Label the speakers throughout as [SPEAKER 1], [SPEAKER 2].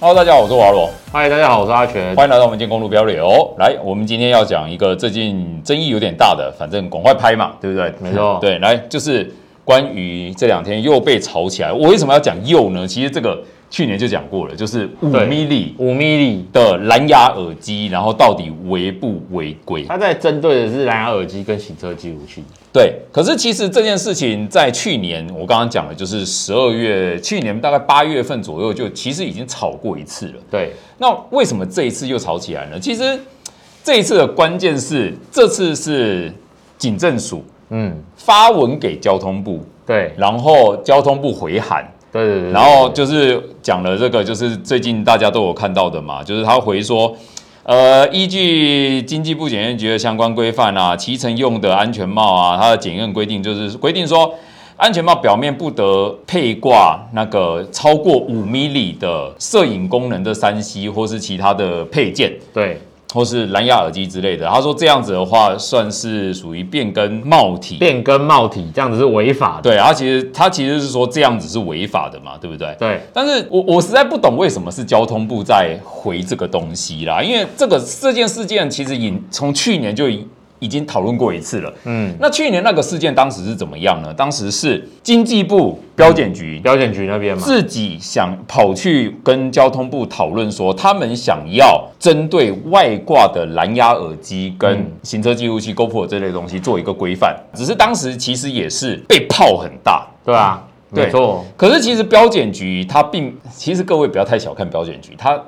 [SPEAKER 1] Hello，大家好，我是华罗，
[SPEAKER 2] 嗨，大家好，我是阿全。
[SPEAKER 1] 欢迎来到我们建公路标流。来，我们今天要讲一个最近争议有点大的，反正赶快拍嘛，对不对？
[SPEAKER 2] 没错
[SPEAKER 1] 对，来就是关于这两天又被炒起来，我为什么要讲又呢？其实这个去年就讲过了，就是五
[SPEAKER 2] 对
[SPEAKER 1] m i
[SPEAKER 2] 五米里，
[SPEAKER 1] 的蓝牙耳机，然后到底违不违规？
[SPEAKER 2] 它在针对的是蓝牙耳机跟行车记录器。
[SPEAKER 1] 对，可是其实这件事情在去年，我刚刚讲的就是十二月，去年大概八月份左右就其实已经炒过一次了。
[SPEAKER 2] 对，
[SPEAKER 1] 那为什么这一次又吵起来呢？其实这一次的关键是，这次是警政署
[SPEAKER 2] 嗯，
[SPEAKER 1] 发文给交通部，
[SPEAKER 2] 对，
[SPEAKER 1] 然后交通部回函，
[SPEAKER 2] 对对对。
[SPEAKER 1] 然后就是讲了这个，就是最近大家都有看到的嘛，就是他回说。呃，依据经济部检验局的相关规范啊，骑乘用的安全帽啊，它的检验规定就是规定说，安全帽表面不得配挂那个超过五米里的摄影功能的三 C 或是其他的配件，
[SPEAKER 2] 对
[SPEAKER 1] 或是蓝牙耳机之类的。他说这样子的话，算是属于变更帽体。
[SPEAKER 2] 变更帽体这样子是违法的。
[SPEAKER 1] 对，他其实他其实是说这样子是违法的嘛，对不对？
[SPEAKER 2] 对
[SPEAKER 1] 但是我我实在不懂为什么是交通部在回这个东西啦，因为这个这件事件其实已从去年就已已经讨论过一次了。
[SPEAKER 2] 嗯，
[SPEAKER 1] 那去年那个事件当时是怎么样呢？当时是经济部标检局
[SPEAKER 2] 标检局那边嘛。
[SPEAKER 1] 自己想跑去跟交通部讨论说，他们想要针对外挂的蓝牙耳机跟行车记录器、GoPro 这类东西做一个规范，只是当时其实也是被泡很大。
[SPEAKER 2] 对啊，
[SPEAKER 1] 对
[SPEAKER 2] 没错。
[SPEAKER 1] 可是其实标检局它并，其实各位不要太小看标检局，它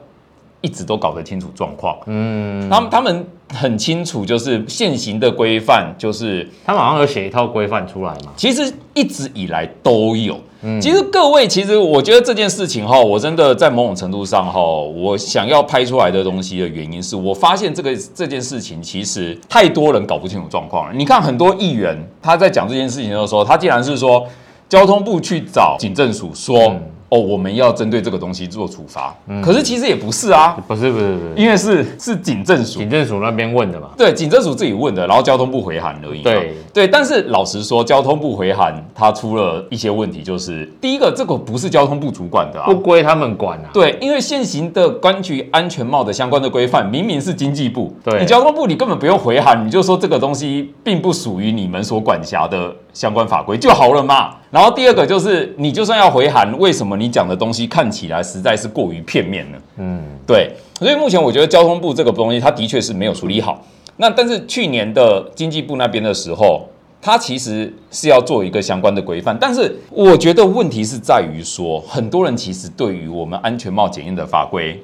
[SPEAKER 1] 一直都搞得清楚状况。
[SPEAKER 2] 嗯，
[SPEAKER 1] 他们他们很清楚，就是现行的规范就是
[SPEAKER 2] 他们好像有写一套规范出来嘛。
[SPEAKER 1] 其实一直以来都有。其实各位，其实我觉得这件事情哈，我真的在某种程度上哈，我想要拍出来的东西的原因是我发现这个这件事情其实太多人搞不清楚状况了。你看很多议员他在讲这件事情的时候，他竟然是说交通部去找警政署说。哦，我们要针对这个东西做处罚，可是其实也不是啊，
[SPEAKER 2] 不是不是不是，
[SPEAKER 1] 因为是是警政署
[SPEAKER 2] 警政署那边问的嘛。
[SPEAKER 1] 对，警政署自己问的，然后交通部回函而已嘛。
[SPEAKER 2] 对
[SPEAKER 1] 对，但是老实说，交通部回函它出了一些问题，就是第一个，这个不是交通部主管的啊
[SPEAKER 2] 不。归他们管啊。
[SPEAKER 1] 对，因为现行的关于安全帽的相关的规范，明明是经济部，
[SPEAKER 2] 对
[SPEAKER 1] 你交通部你根本不用回函，你就说这个东西并不属于你们所管辖的相关法规就好了嘛。然后第二个就是，你就算要回函，为什么你讲的东西看起来实在是过于片面呢？
[SPEAKER 2] 嗯，
[SPEAKER 1] 对，所以目前我觉得交通部这个东西，它的确是没有处理好。那但是去年的经济部那边的时候，它其实是要做一个相关的规范，但是我觉得问题是在于说，很多人其实对于我们安全帽检验的法规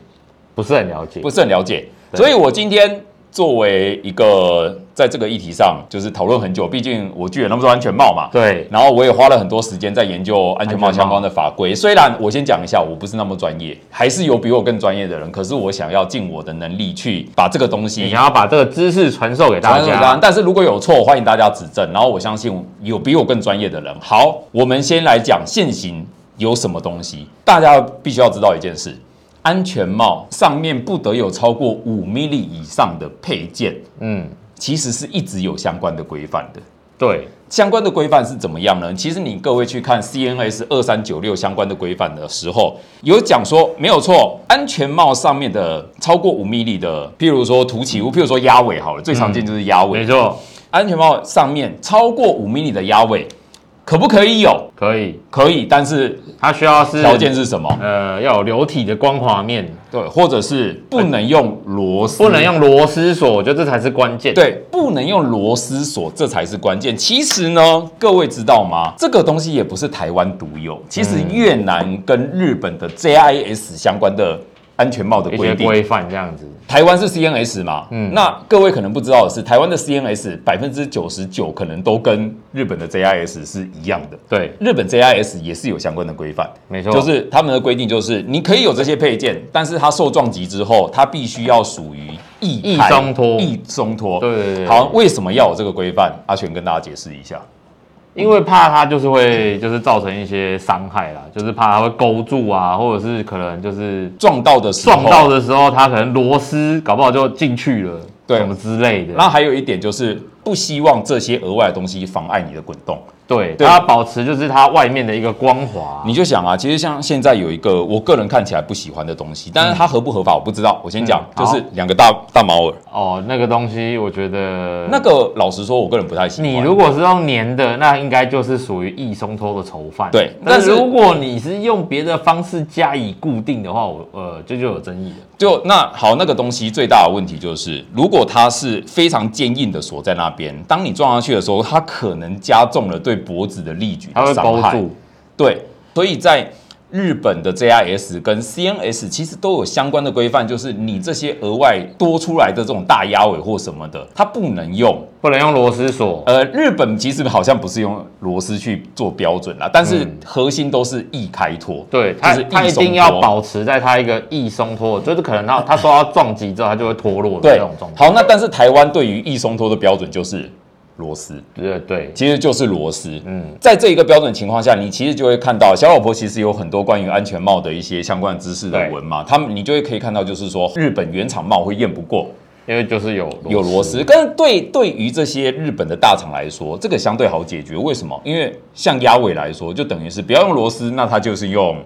[SPEAKER 2] 不是很了解
[SPEAKER 1] 不。是很了解，
[SPEAKER 2] 对
[SPEAKER 1] 所以我今天作为一个在这个议题上就是讨论很久，毕竟我具有那么多安全帽嘛，
[SPEAKER 2] 对，
[SPEAKER 1] 然后我也花了很多时间在研究安全帽
[SPEAKER 2] 安全帽
[SPEAKER 1] 相关的法规。虽然我先讲一下，我不是那么专业，还是有比我更专业的人，可是我想要尽我的能力去把这个东
[SPEAKER 2] 你
[SPEAKER 1] 西
[SPEAKER 2] 想要把这个知识传授给大
[SPEAKER 1] 传给大
[SPEAKER 2] 家
[SPEAKER 1] 家。。但是如果有错，欢迎大家指正。然后我相信有比我更专业的人。好，我们先来讲现行有什么东西，大家必须要知道一件事。安全帽上面不得有超过五 m m 以上的配件，
[SPEAKER 2] 嗯，
[SPEAKER 1] 其实是一直有相关的规范的。
[SPEAKER 2] 对，
[SPEAKER 1] 相关的规范是怎么样呢？其实你各位去看 CNS 二三九六相关的规范的时候，有讲说没有错，安全帽上面的超过五米里的，譬如说凸起物，譬如说鸭尾好了，最常见就是鸭尾。
[SPEAKER 2] 没错，
[SPEAKER 1] 安全帽上面超过五米里的鸭尾，可不可以有？
[SPEAKER 2] 可以。
[SPEAKER 1] 可以，但是
[SPEAKER 2] 它需要是
[SPEAKER 1] 条件是什么？
[SPEAKER 2] 呃，要有流体的光滑面，
[SPEAKER 1] 对，或者是不能用螺丝，
[SPEAKER 2] 不能用螺丝锁，我觉得这才是关键。，
[SPEAKER 1] 对，不能用螺丝锁，这才是关键。其实呢，各位知道吗？这个东西也不是台湾独有，其实
[SPEAKER 2] 嗯
[SPEAKER 1] 越南跟日本的 JIS 相关的安全帽的
[SPEAKER 2] 一
[SPEAKER 1] 规
[SPEAKER 2] 些
[SPEAKER 1] 定，
[SPEAKER 2] 规嗯范这样子。
[SPEAKER 1] 台湾是 CNS 嘛，那各位可能不知道的是，台湾的 CNS 百分之九十九可能都跟日本的 JIS 是一样的。
[SPEAKER 2] 对，
[SPEAKER 1] 日本 JIS 也是有相关的规范，
[SPEAKER 2] 没错
[SPEAKER 1] 就是他们的规定就是你可以有这些配件，但是它受撞击之后，它必须要属于易
[SPEAKER 2] 易
[SPEAKER 1] 开
[SPEAKER 2] 松脱
[SPEAKER 1] 易松脱。
[SPEAKER 2] 对对对
[SPEAKER 1] 好，为什么要有这个规范？阿全跟大家解释一下。
[SPEAKER 2] 因为怕它就是会就是造成一些伤害啦，就是怕它会勾住啊，或者是可能就是
[SPEAKER 1] 撞到的时候，
[SPEAKER 2] 撞到的时候，它可能螺丝搞不好就进去了，
[SPEAKER 1] 对
[SPEAKER 2] 什么之类的。
[SPEAKER 1] 然后还有一点就是不希望这些额外的东西妨碍你的滚动。
[SPEAKER 2] 对，
[SPEAKER 1] 对
[SPEAKER 2] 它保持就是它外面的一个光滑。
[SPEAKER 1] 你就想啊，其实像现在有一个我个人看起来不喜欢的东西，但是它合不合法我不知道。我先讲，
[SPEAKER 2] 嗯
[SPEAKER 1] 就是两个大大猫耳，
[SPEAKER 2] 哦，那个东西我觉得
[SPEAKER 1] 那个老实说，我个人不太喜欢。
[SPEAKER 2] 你如果是用粘的，那应该就是属于易松脱的囚犯。
[SPEAKER 1] 对
[SPEAKER 2] 但
[SPEAKER 1] 但是
[SPEAKER 2] 是如果你是用别的方式加以固定的话，我呃这就有争议了。
[SPEAKER 1] 就那好，那个东西最大的问题就是，如果它是非常坚硬的锁在那边，当你撞上去的时候，它可能加重了对脖子的力矩
[SPEAKER 2] 它
[SPEAKER 1] 的
[SPEAKER 2] 会
[SPEAKER 1] 伤
[SPEAKER 2] 勾
[SPEAKER 1] 害。
[SPEAKER 2] 住，
[SPEAKER 1] 对，所以在日本的 JIS 跟 CNS 其实都有相关的规范，就是你这些额外多出来的这种大压尾或什么的，它不能用。
[SPEAKER 2] 不能用螺丝锁。
[SPEAKER 1] 呃，日本其实好像不是用螺丝去做标准啦，但是核心都是易开脱。
[SPEAKER 2] 嗯对它，
[SPEAKER 1] 就是
[SPEAKER 2] 它
[SPEAKER 1] 易
[SPEAKER 2] 一
[SPEAKER 1] 松
[SPEAKER 2] 定要
[SPEAKER 1] 脱
[SPEAKER 2] 保持在它一个易松脱，就是可能它它受到撞击之后，它就会脱落的
[SPEAKER 1] 对
[SPEAKER 2] 那种状，态。
[SPEAKER 1] 好，那但是台湾对于易松脱的标准就是螺丝，
[SPEAKER 2] 对对，
[SPEAKER 1] 其实就是螺丝。
[SPEAKER 2] 嗯，
[SPEAKER 1] 在这一个标准情况下，你其实就会看到小老婆其实有很多关于安全帽的一些相关知识的
[SPEAKER 2] 对
[SPEAKER 1] 文嘛，他们你就会可以看到，就是说日本原厂帽会验不过
[SPEAKER 2] 因为就是有
[SPEAKER 1] 有螺丝，但是对对于这些日本的大厂来说，这个相对好解决。为什么？因为像鸭尾来说，就等于是不要用螺丝，那它就是用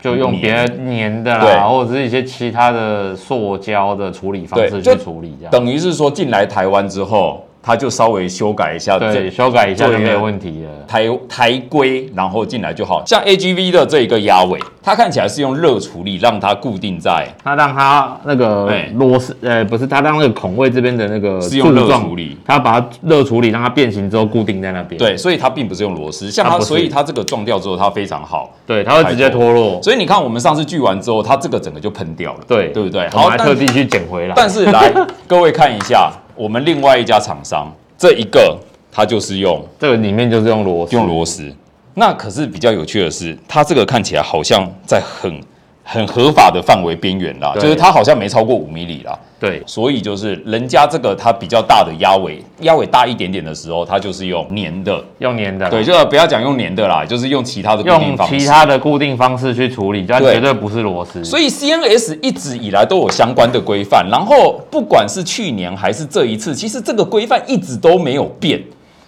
[SPEAKER 2] 就用别的粘的
[SPEAKER 1] 对
[SPEAKER 2] 啦，或者是一些其他的塑胶的处理方
[SPEAKER 1] 对
[SPEAKER 2] 式
[SPEAKER 1] 就
[SPEAKER 2] 去处理这样。
[SPEAKER 1] 等于是说进来台湾之后，它就稍微修改一下这
[SPEAKER 2] 对，修改一下
[SPEAKER 1] 做
[SPEAKER 2] 就
[SPEAKER 1] 一个
[SPEAKER 2] 没有问题了。
[SPEAKER 1] 台台规，然后进来就好。像 AGV 的这一个压尾，它看起来是用热处理让它固定在，
[SPEAKER 2] 它让它那个
[SPEAKER 1] 对
[SPEAKER 2] 螺丝，呃，不是，它让那个孔位这边的那个
[SPEAKER 1] 是用
[SPEAKER 2] 柱
[SPEAKER 1] 热
[SPEAKER 2] 状
[SPEAKER 1] 处理，
[SPEAKER 2] 它把它热处理，让它变形之后固定在那边。
[SPEAKER 1] 对，所以它并不是用螺丝。像
[SPEAKER 2] 它
[SPEAKER 1] 它，
[SPEAKER 2] 不是
[SPEAKER 1] 所以它这个撞掉之后，它非常好。
[SPEAKER 2] 对，它会直接脱落。
[SPEAKER 1] 所以你看，我们上次锯完之后，它这个整个就喷掉了，
[SPEAKER 2] 对
[SPEAKER 1] 对不对？
[SPEAKER 2] 我们
[SPEAKER 1] 好，
[SPEAKER 2] 还特
[SPEAKER 1] 但
[SPEAKER 2] 地去捡回来。
[SPEAKER 1] 但是来 各位看一下，我们另外一家厂商这一个，它就是用
[SPEAKER 2] 这个里面就是用螺丝，
[SPEAKER 1] 用螺丝。那可是比较有趣的是，它这个看起来好像在很很合法的范围边缘啦，
[SPEAKER 2] 对
[SPEAKER 1] 就是它好像没超过五米里啦。
[SPEAKER 2] 对，
[SPEAKER 1] 所以就是人家这个它比较大的鸭尾，鸭尾大一点点的时候，它就是用粘的，
[SPEAKER 2] 用粘的啦。
[SPEAKER 1] 对，就不要讲用粘的啦，就是用其他的固定
[SPEAKER 2] 用
[SPEAKER 1] 方
[SPEAKER 2] 其
[SPEAKER 1] 式。
[SPEAKER 2] 他的固定方式去处理，它
[SPEAKER 1] 对
[SPEAKER 2] 绝对不是螺丝。
[SPEAKER 1] 所以 CNS 一直以来都有相关的规范，然后不管是去年还是这一次，其实这个规范一直都没有变。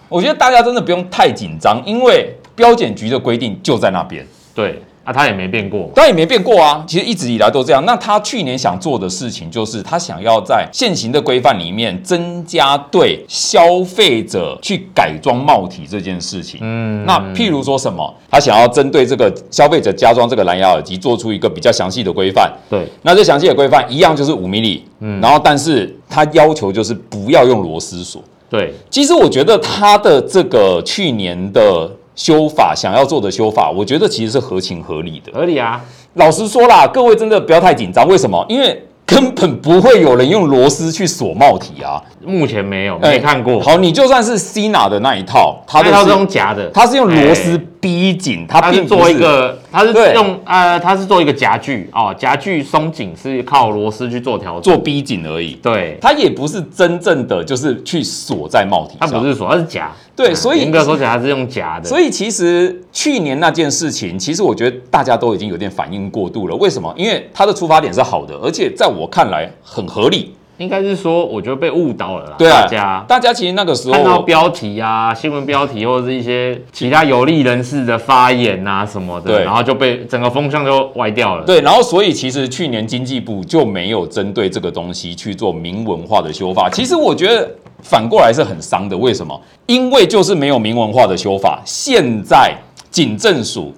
[SPEAKER 1] 我觉得大家真的不用太紧张，因为标检局的规定就在那边。
[SPEAKER 2] 对，啊，它也没变过嘛。
[SPEAKER 1] 当然也没变过啊，其实一直以来都这样。那他去年想做的事情，就是他想要在现行的规范里面增加对消费者去改装帽体这件事情。嗯，那譬如说什么，他想要针对这个消费者加装这个蓝牙耳机，做出一个比较详细的规范。
[SPEAKER 2] 对，
[SPEAKER 1] 那这详细的规范一样就是五米里，嗯，然后但是他要求就是不要用螺丝锁。
[SPEAKER 2] 对，
[SPEAKER 1] 其实我觉得他的这个去年的修法想要做的修法，我觉得其实是合情合理的。
[SPEAKER 2] 合理啊。
[SPEAKER 1] 老实说啦，各位真的不要太紧张。为什么？因为根本不会有人用螺丝去锁帽体啊，
[SPEAKER 2] 目前没有，没看过。
[SPEAKER 1] 哎好，你就算是 Cina 的那一套，它
[SPEAKER 2] 它
[SPEAKER 1] 都
[SPEAKER 2] 它是
[SPEAKER 1] 是
[SPEAKER 2] 用夹的，
[SPEAKER 1] 它是用螺丝
[SPEAKER 2] 哎
[SPEAKER 1] 逼紧，它
[SPEAKER 2] 它
[SPEAKER 1] 并
[SPEAKER 2] 是
[SPEAKER 1] 不是
[SPEAKER 2] 做一个，它是
[SPEAKER 1] 对
[SPEAKER 2] 用呃，它是做一个夹具哦，夹具松紧是靠螺丝去做调整。
[SPEAKER 1] 做逼紧而已，
[SPEAKER 2] 对，
[SPEAKER 1] 它也不是真正的就是去锁在帽体
[SPEAKER 2] 它
[SPEAKER 1] 上。
[SPEAKER 2] 不是锁，它是夹。
[SPEAKER 1] 对
[SPEAKER 2] 嗯
[SPEAKER 1] 所以
[SPEAKER 2] 严格说起来，它是用夹的。
[SPEAKER 1] 所以其实去年那件事情，其实我觉得大家都已经有点反应过度了。为什么？因为它的出发点是好的，而且在我看来很合理。
[SPEAKER 2] 应该是说，我觉得被误导了啦。
[SPEAKER 1] 对啊，
[SPEAKER 2] 大家
[SPEAKER 1] 大家其实那个时候
[SPEAKER 2] 看到标题啊、新闻标题或者是一些其他有利人士的发言啊什么的，
[SPEAKER 1] 对
[SPEAKER 2] 然后就被整个风向就歪掉了。
[SPEAKER 1] 对，然后所以其实去年经济部就没有针对这个东西去做明文化的修法。其实我觉得反过来是很伤的，为什么？因为就是没有明文化的修法，现在警政署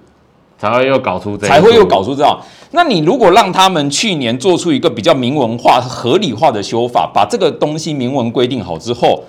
[SPEAKER 2] 才会又搞出这一
[SPEAKER 1] 才会又搞
[SPEAKER 2] 出
[SPEAKER 1] 出这样。那你如果让他们去年做出一个比较明文化、合理化的修法，把这个东西明文规定好之后，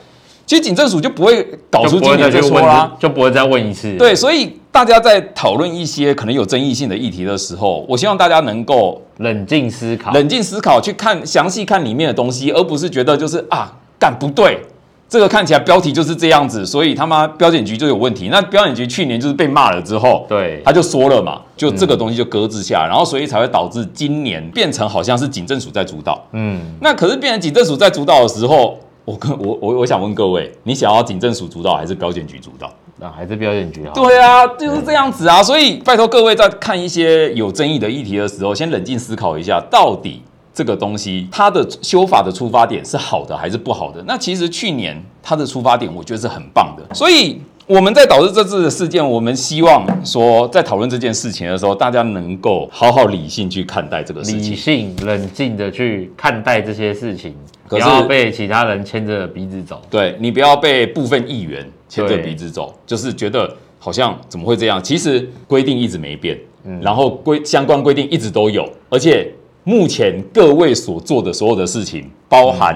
[SPEAKER 1] 其实警政署就不会搞出
[SPEAKER 2] 就不
[SPEAKER 1] 今
[SPEAKER 2] 会再
[SPEAKER 1] 年
[SPEAKER 2] 去
[SPEAKER 1] 这说
[SPEAKER 2] 问
[SPEAKER 1] 啦、，
[SPEAKER 2] 就不会再问一次。
[SPEAKER 1] 对，，所以大家在讨论一些可能有争议性的议题的时候，我希望大家能够
[SPEAKER 2] 冷静思考。
[SPEAKER 1] 冷静思考，去看详细看里面的东西，而不是觉得就是啊，干不对，这个看起来标题就是这样子，所以他妈标检局就有问题。那标检局去年就是被骂了之后，
[SPEAKER 2] 对
[SPEAKER 1] 他就说了嘛，就这个东西就搁置下来，然后所以才会导致今年变成好像是警政署在主导。
[SPEAKER 2] 嗯，
[SPEAKER 1] 那可是变成警政署在主导的时候，我跟我我我想问各位，你想要警政署主导还是标检局主导？
[SPEAKER 2] 那还是标检局好。
[SPEAKER 1] 对啊，就是这样子啊。所以拜托各位在看一些有争议的议题的时候，先冷静思考一下，到底这个东西它的修法的出发点是好的还是不好的。那其实去年它的出发点，我觉得是很棒的，所以。我们在导致这次的事件，我们希望说，在讨论这件事情的时候，大家能够好好理性去看待这个事
[SPEAKER 2] 理
[SPEAKER 1] 情。
[SPEAKER 2] 性冷静的去看待这些事情，
[SPEAKER 1] 可
[SPEAKER 2] 不
[SPEAKER 1] 是
[SPEAKER 2] 要被其他人牵着鼻子走。
[SPEAKER 1] 对你不要被部分议员牵着
[SPEAKER 2] 对
[SPEAKER 1] 鼻子走，就是觉得好像怎么会这样？其实规定一直没变，
[SPEAKER 2] 嗯
[SPEAKER 1] 然后规相关规定一直都有，而且目前各位所做的所有的事情，包含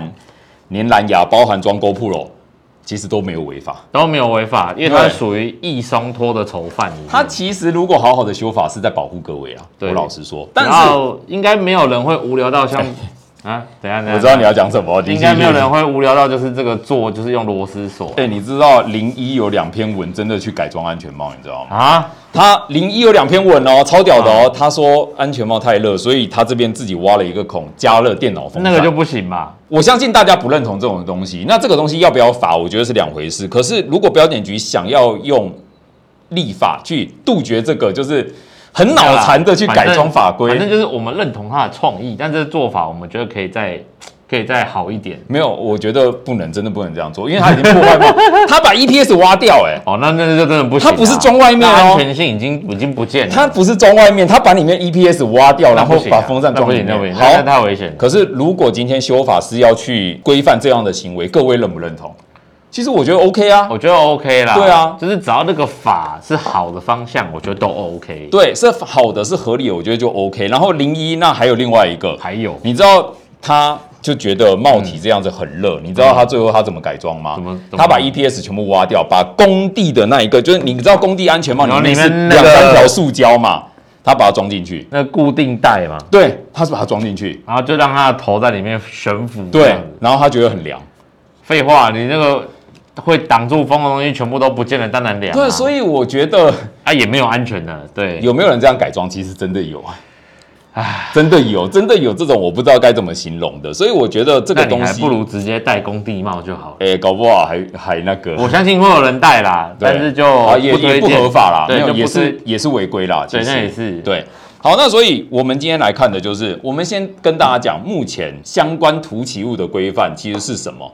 [SPEAKER 2] 嗯
[SPEAKER 1] 粘蓝牙、包含装 GoPro，其实都没有违法。
[SPEAKER 2] 都没有违法，因为他
[SPEAKER 1] 对
[SPEAKER 2] 是属于易松脱的囚犯里面。
[SPEAKER 1] 他其实如果好好的修法，是在保护各位啊。我
[SPEAKER 2] 对
[SPEAKER 1] 老实说，但
[SPEAKER 2] 然
[SPEAKER 1] 是
[SPEAKER 2] 后应该没有人会无聊 到像啊，等一下等一下，
[SPEAKER 1] 我知道你要讲什么，你
[SPEAKER 2] 应该没有
[SPEAKER 1] 继续
[SPEAKER 2] 人会无聊到就是这个做就是用螺丝锁
[SPEAKER 1] 哎、你知道零一有两篇文真的去改装安全帽，你知道吗？
[SPEAKER 2] 啊，
[SPEAKER 1] 他零一有两篇文哦，超屌的哦。他说安全帽太热，所以他这边自己挖了一个孔，加热电脑风扇。
[SPEAKER 2] 那个就不行吧？
[SPEAKER 1] 我相信大家不认同这种东西。那这个东西要不要罚，我觉得是两回事。可是如果标检局想要用立法去杜绝这个，就是很脑残的去改装法规
[SPEAKER 2] 啊反，正就是我们认同他的创意，但这做法我们觉得可以再可以再好一点。
[SPEAKER 1] 没有，我觉得不能，真的不能这样做，因为他已经破坏 到，他把 EPS 挖掉、哎，
[SPEAKER 2] 哦，那那那就真的不行啊、
[SPEAKER 1] 它不是装外面哦
[SPEAKER 2] 那安全性已经已经不见了。
[SPEAKER 1] 他不是装外面，他把里面 EPS 挖掉，
[SPEAKER 2] 那
[SPEAKER 1] 然
[SPEAKER 2] 不
[SPEAKER 1] 后
[SPEAKER 2] 行啊
[SPEAKER 1] 把风扇装里
[SPEAKER 2] 那不行，
[SPEAKER 1] 面。
[SPEAKER 2] 那不行，那那太危险了。
[SPEAKER 1] 可是如果今天修法是要去规范这样的行为，各位认不认同？其实我觉得 OK 啊，
[SPEAKER 2] 我觉得 OK 啦，
[SPEAKER 1] 对啊
[SPEAKER 2] 就是只要那个法是好的方向，我觉得都 OK。
[SPEAKER 1] 对，是好的，是合理的，我觉得就 OK。然后零一那还有另外一个，
[SPEAKER 2] 还有
[SPEAKER 1] 你知道他就觉得帽体这样子很热，你知道他最后他怎么改装吗？
[SPEAKER 2] 怎么怎么
[SPEAKER 1] 他把 EPS 全部挖掉，把工地的那一个，就是你知道工地安全帽
[SPEAKER 2] 然
[SPEAKER 1] 里面
[SPEAKER 2] 后
[SPEAKER 1] 是
[SPEAKER 2] 里面那
[SPEAKER 1] 两
[SPEAKER 2] 个
[SPEAKER 1] 三条塑胶嘛，他把它装进去，
[SPEAKER 2] 那固定带嘛，
[SPEAKER 1] 对，他是把它装进去，
[SPEAKER 2] 然后就让他的头在里面悬浮。这
[SPEAKER 1] 对
[SPEAKER 2] 样子，
[SPEAKER 1] 然后他觉得很凉。
[SPEAKER 2] 废话，你那个会挡住风的东西全部都不见了，当然凉啊、
[SPEAKER 1] 对，所以我觉得
[SPEAKER 2] 啊也没有安全的，对，
[SPEAKER 1] 有没有人这样改装？其实真的有，哎，真的有，真的有这种我不知道该怎么形容的，所以我觉得这
[SPEAKER 2] 那
[SPEAKER 1] 个
[SPEAKER 2] 你
[SPEAKER 1] 东
[SPEAKER 2] 还
[SPEAKER 1] 西
[SPEAKER 2] 不，如直接戴工地帽就好了。
[SPEAKER 1] 哎、搞不好还还那个，
[SPEAKER 2] 我相信会有人戴啦，
[SPEAKER 1] 对
[SPEAKER 2] 但是就
[SPEAKER 1] 啊也
[SPEAKER 2] 不
[SPEAKER 1] 也
[SPEAKER 2] 推
[SPEAKER 1] 不
[SPEAKER 2] 荐
[SPEAKER 1] 合法啦，
[SPEAKER 2] 对，
[SPEAKER 1] 没有
[SPEAKER 2] 就不
[SPEAKER 1] 也是
[SPEAKER 2] 推
[SPEAKER 1] 也是违规啦，其
[SPEAKER 2] 对，
[SPEAKER 1] 实
[SPEAKER 2] 那也是
[SPEAKER 1] 对。好，那所以我们今天来看的就是，我们先跟大家讲，目前相关突起物的规范其实是什么？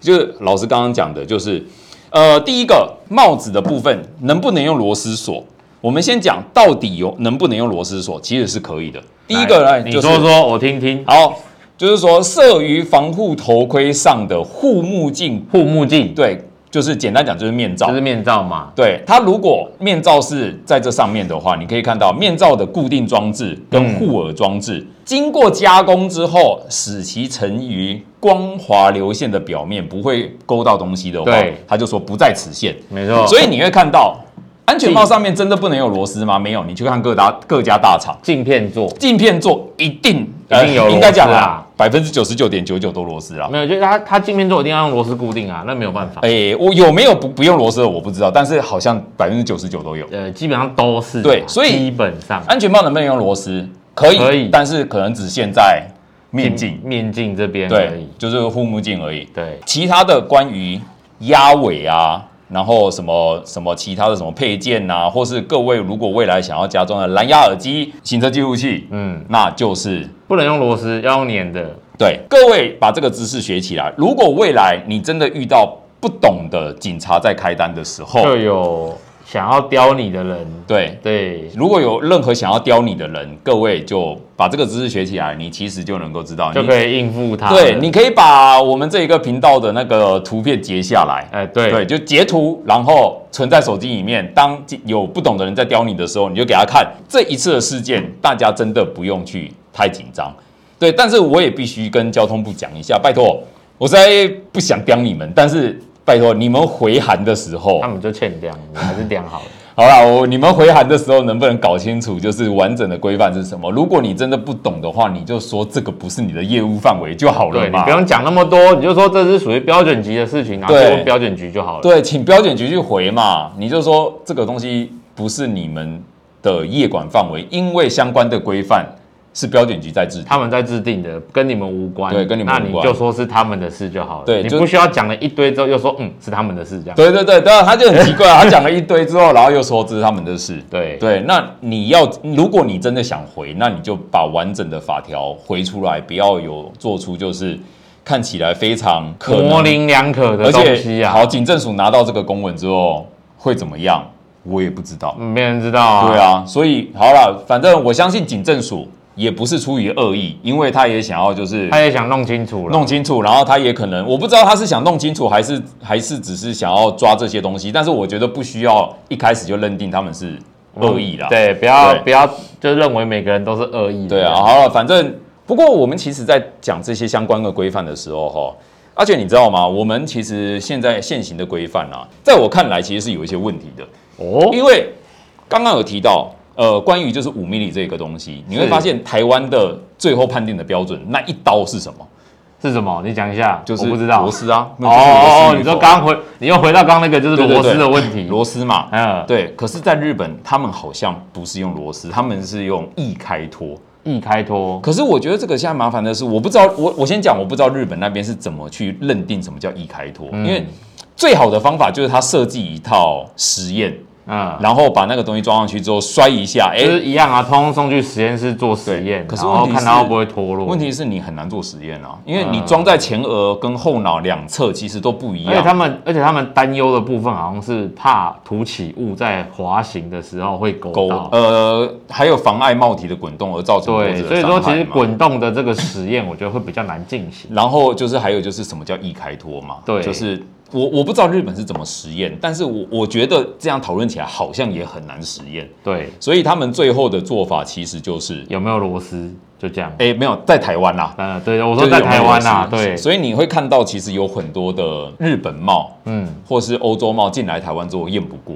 [SPEAKER 1] 就是老师刚刚讲的，就是呃，第一个帽子的部分能不能用螺丝锁？我们先讲到底有能不能用螺丝锁，其实是可以的。第一个
[SPEAKER 2] 来
[SPEAKER 1] 呢，
[SPEAKER 2] 你
[SPEAKER 1] 就是
[SPEAKER 2] 说说我听听。
[SPEAKER 1] 好，就是说设于防护头盔上的护目镜，
[SPEAKER 2] 护目镜
[SPEAKER 1] 对，就是简单讲就是面罩
[SPEAKER 2] 就。是面罩嘛，
[SPEAKER 1] 对它，如果面罩是在这上面的话，你可以看到面罩的固定装置跟护耳装置、经过加工之后，使其呈于光滑流线的表面，不会勾到东西的话
[SPEAKER 2] 对，
[SPEAKER 1] 它就说不在此限。
[SPEAKER 2] 没错。
[SPEAKER 1] 所以你会看到安全帽上面真的不能有螺丝吗？没有，你去看各大各家大厂，
[SPEAKER 2] 镜片做
[SPEAKER 1] 镜片做一定呃
[SPEAKER 2] 一定有螺丝啊
[SPEAKER 1] 应该讲啦，百分之九十九点九九都螺丝啊啦。
[SPEAKER 2] 没有，就是它它镜片做一定要用螺丝固定啊，那没有办法。
[SPEAKER 1] 诶、我有没有不不用螺丝的我不知道，但是好像百分之九十九都有。
[SPEAKER 2] 呃，基本上都是啊
[SPEAKER 1] 对所以
[SPEAKER 2] 基本上
[SPEAKER 1] 安全帽能不能用螺丝？可以，
[SPEAKER 2] 可以
[SPEAKER 1] 但是可能只限在面镜，
[SPEAKER 2] 面镜这边而
[SPEAKER 1] 对
[SPEAKER 2] 已。，
[SPEAKER 1] 就是护目镜而已。
[SPEAKER 2] 对，
[SPEAKER 1] 其他的关于压尾啊，然后什么什么其他的什么配件啊，或是各位如果未来想要加装的蓝牙耳机、行车记录器，
[SPEAKER 2] 嗯，
[SPEAKER 1] 那就是
[SPEAKER 2] 不能用螺丝，要用粘的。
[SPEAKER 1] 对，各位把这个知识学起来。如果未来你真的遇到不懂的警察在开单的时候
[SPEAKER 2] 就，有想要刁你的人，
[SPEAKER 1] 对，
[SPEAKER 2] 对，
[SPEAKER 1] 如果有任何想要刁你的人，各位就把这个知识学起来，你其实就能够知道，
[SPEAKER 2] 就
[SPEAKER 1] 你
[SPEAKER 2] 可以应付他。
[SPEAKER 1] 对，你，可以把我们这一个频道的那个图片截下来，
[SPEAKER 2] 哎，对，
[SPEAKER 1] 就截图，然后存在手机里面。当有不懂的人在刁你的时候，你就给他看。这一次的事件，大家真的不用去太紧张。对，但是我也必须跟交通部讲一下，拜托，我实在不想刁你们，但是拜托你们回函的时候
[SPEAKER 2] 他，们就欠量，你还是量好 了。
[SPEAKER 1] 好啦，我你们回函的时候能不能搞清楚，就是完整的规范是什么？如果你真的不懂的话，你就说这个不是你的业务范围就好了嘛。
[SPEAKER 2] 对你不用讲那么多，你就说这是属于标准级的事情，然后就
[SPEAKER 1] 对
[SPEAKER 2] 问标准局就好了。
[SPEAKER 1] 对，请标检局去回嘛，你就说这个东西不是你们的业管范围，因为相关的规范是标准局在制定。
[SPEAKER 2] 他们在制定的，跟你们无关。
[SPEAKER 1] 对跟你们无
[SPEAKER 2] 那你
[SPEAKER 1] 关
[SPEAKER 2] 就说是他们的事就好了。
[SPEAKER 1] 对
[SPEAKER 2] 你
[SPEAKER 1] 就
[SPEAKER 2] 不需要讲了一堆之后又说嗯是他们的事这样。
[SPEAKER 1] 对对对，对啊，他就很奇怪 啊，他讲了一堆之后，然后又说这是他们的事。
[SPEAKER 2] 对
[SPEAKER 1] 对，那你要，如果你真的想回，那你就把完整的法条回出来，不要有做出就是看起来非常可
[SPEAKER 2] 模
[SPEAKER 1] 能，
[SPEAKER 2] 棱两可的
[SPEAKER 1] 而
[SPEAKER 2] 东西
[SPEAKER 1] 且
[SPEAKER 2] 啊，
[SPEAKER 1] 好，警政署拿到这个公文之后会怎么样，我也不知道。
[SPEAKER 2] 嗯没人知道啊。
[SPEAKER 1] 对，啊，所以好了，反正我相信警政署也不是出于恶意，因为他也想要就是
[SPEAKER 2] 他也想弄清楚了。
[SPEAKER 1] 弄清楚，然后他也可能我不知道他是想弄清楚，还是还是只是想要抓这些东西，但是我觉得不需要一开始就认定他们是恶意啦。
[SPEAKER 2] 嗯对，不要
[SPEAKER 1] 对
[SPEAKER 2] 不要就认为每个人都是恶意的。
[SPEAKER 1] 对啊，好了，反正不过我们其实在讲这些相关的规范的时候，哈。而且你知道吗？我们其实现在现行的规范啊，在我看来其实是有一些问题的。
[SPEAKER 2] 哦，
[SPEAKER 1] 因为刚刚有提到，呃，关于就是五 m m 这个东西，你会
[SPEAKER 2] 是
[SPEAKER 1] 发现台湾的最后判定的标准那一刀是什么？
[SPEAKER 2] 是什么？你讲一下，
[SPEAKER 1] 就是
[SPEAKER 2] 我不知道。
[SPEAKER 1] 螺丝啊，
[SPEAKER 2] 哦
[SPEAKER 1] 那就是螺丝
[SPEAKER 2] 哦，哦
[SPEAKER 1] 与
[SPEAKER 2] 你
[SPEAKER 1] 否
[SPEAKER 2] 说刚刚回，你又回到刚刚那个就是
[SPEAKER 1] 对对
[SPEAKER 2] 螺丝
[SPEAKER 1] 对
[SPEAKER 2] 的问题。
[SPEAKER 1] 螺丝嘛，
[SPEAKER 2] 嗯，
[SPEAKER 1] 对。可是，在日本，他们好像不是用螺丝，他们是用易开脱。
[SPEAKER 2] 易开脱，
[SPEAKER 1] 可是，我觉得这个现在麻烦的是，我不知道，我我先讲，我不知道日本那边是怎么去认定什么叫易开脱，
[SPEAKER 2] 嗯
[SPEAKER 1] 因为最好的方法就是他设计一套实验，
[SPEAKER 2] 嗯，
[SPEAKER 1] 然后把那个东西装上去之后摔一下，哎、
[SPEAKER 2] 就是一样啊，通通送去实验室做实验，
[SPEAKER 1] 可是
[SPEAKER 2] 然后
[SPEAKER 1] 问题
[SPEAKER 2] 看它
[SPEAKER 1] 是
[SPEAKER 2] 会不会脱落。
[SPEAKER 1] 问题是你很难做实验
[SPEAKER 2] 嗯
[SPEAKER 1] 啊，因为你装在前额跟后脑两侧其实都不一
[SPEAKER 2] 而且
[SPEAKER 1] 样。
[SPEAKER 2] 哎他们，而且他们担忧的部分好像是怕凸起物在滑行的时候会勾
[SPEAKER 1] 狗
[SPEAKER 2] 到。
[SPEAKER 1] 呃，还有妨碍帽体的滚动而造成脖
[SPEAKER 2] 对
[SPEAKER 1] 子，的
[SPEAKER 2] 所以说
[SPEAKER 1] 伤
[SPEAKER 2] 其
[SPEAKER 1] 害
[SPEAKER 2] 实
[SPEAKER 1] 嘛。
[SPEAKER 2] 滚动的这个实验，我觉得会比较难进行。
[SPEAKER 1] 然后就是还有就是什么叫易开脱嘛？
[SPEAKER 2] 对
[SPEAKER 1] 就是我我不知道日本是怎么实验，但是我我觉得这样讨论起来好像也很难实验，
[SPEAKER 2] 对，
[SPEAKER 1] 所以他们最后的做法其实就是，
[SPEAKER 2] 有没有螺丝？就这样。
[SPEAKER 1] 哎，没有在台湾啦。
[SPEAKER 2] 嗯，对，我
[SPEAKER 1] 我
[SPEAKER 2] 说在台湾呐、对，
[SPEAKER 1] 所以你会看到其实有很多的日本帽
[SPEAKER 2] 嗯，
[SPEAKER 1] 或是欧洲帽进来台湾之后验不过，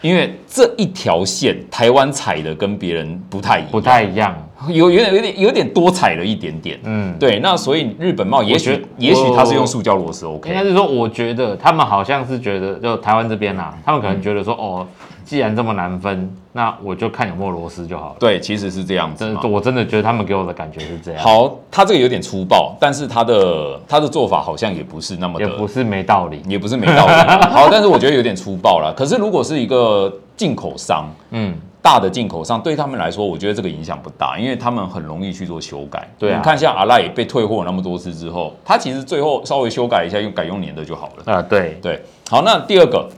[SPEAKER 1] 因为这一条线台湾踩的跟别人不太一样，
[SPEAKER 2] 不太一样。
[SPEAKER 1] 有有点有点有点多踩了一点点。
[SPEAKER 2] 嗯，
[SPEAKER 1] 对，那所以日本帽也
[SPEAKER 2] 我觉
[SPEAKER 1] 许
[SPEAKER 2] 得
[SPEAKER 1] 也许它是用
[SPEAKER 2] 我
[SPEAKER 1] 塑胶螺丝
[SPEAKER 2] 应该
[SPEAKER 1] OK，
[SPEAKER 2] 是说，我觉得他们好像是觉得，就台湾这边呐、他们可能觉得说，
[SPEAKER 1] 嗯
[SPEAKER 2] 哦，既然这么难分，那我就看有没有螺丝就好了。
[SPEAKER 1] 对，其实是这样子
[SPEAKER 2] 真
[SPEAKER 1] 嘛
[SPEAKER 2] 的，。啊我真的觉得他们给我的感觉是这样，
[SPEAKER 1] 好，它这个有点粗暴，但是它的它的做法好像也不是那么
[SPEAKER 2] 也
[SPEAKER 1] 的
[SPEAKER 2] 不是没道理。
[SPEAKER 1] 也不是没道理。好，但是我觉得有点粗暴了。可是如果是一个进口商，
[SPEAKER 2] 嗯，
[SPEAKER 1] 大的进口商对他们来说，我觉得这个影响不大，因为他们很容易去做修改。
[SPEAKER 2] 对啊
[SPEAKER 1] 你看像阿赖被退货那么多次之后，他其实最后稍微修改一下，用改用粘的就好了。
[SPEAKER 2] 啊，对，
[SPEAKER 1] 对，好，那第二个，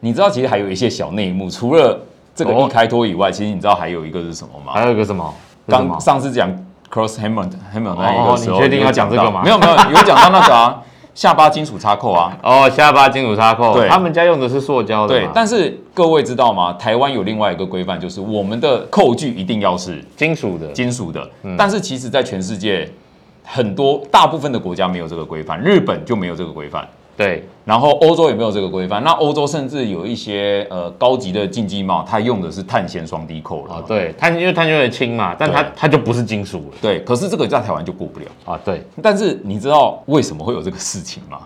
[SPEAKER 1] 你知道其实还有一些小内幕，除了这个
[SPEAKER 2] 哦
[SPEAKER 1] 一开脱以外，其实你知道还有一个是什么吗？
[SPEAKER 2] 还有一个什么？是什么
[SPEAKER 1] 刚上次讲 cross hammer hammer 那一个
[SPEAKER 2] 哦
[SPEAKER 1] 时候，
[SPEAKER 2] 你确定
[SPEAKER 1] 有
[SPEAKER 2] 要讲
[SPEAKER 1] 到
[SPEAKER 2] 这个吗
[SPEAKER 1] 没有没有， 有讲到那个啊，下巴金属插扣啊，
[SPEAKER 2] 哦，下巴金属插扣，
[SPEAKER 1] 对
[SPEAKER 2] 他们家用的是塑胶的
[SPEAKER 1] 对
[SPEAKER 2] 嘛，，
[SPEAKER 1] 但是各位知道吗？台湾有另外一个规范，就是我们的扣具一定要是
[SPEAKER 2] 金属的，
[SPEAKER 1] 金属的，
[SPEAKER 2] 嗯
[SPEAKER 1] 但是其实在全世界很多大部分的国家没有这个规范，日本就没有这个规范。
[SPEAKER 2] 对，
[SPEAKER 1] 然后欧洲也没有这个规范，那欧洲甚至有一些呃高级的竞技帽，它用的是碳纤双低扣了。
[SPEAKER 2] 哦，对，碳因为碳就会轻嘛，但它
[SPEAKER 1] 对
[SPEAKER 2] 它就不是金属了，
[SPEAKER 1] 对，可是这个在台湾就过不了。
[SPEAKER 2] 啊，对，
[SPEAKER 1] 但是你知道为什么会有这个事情吗？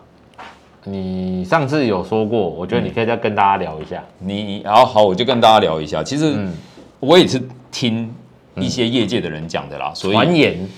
[SPEAKER 2] 你上次有说过，我觉得你可以再跟大家聊一下，
[SPEAKER 1] 你然后好，我就跟大家聊一下。其实
[SPEAKER 2] 嗯
[SPEAKER 1] 我也是听一些业界的人讲的啦，嗯所以
[SPEAKER 2] 嗯传言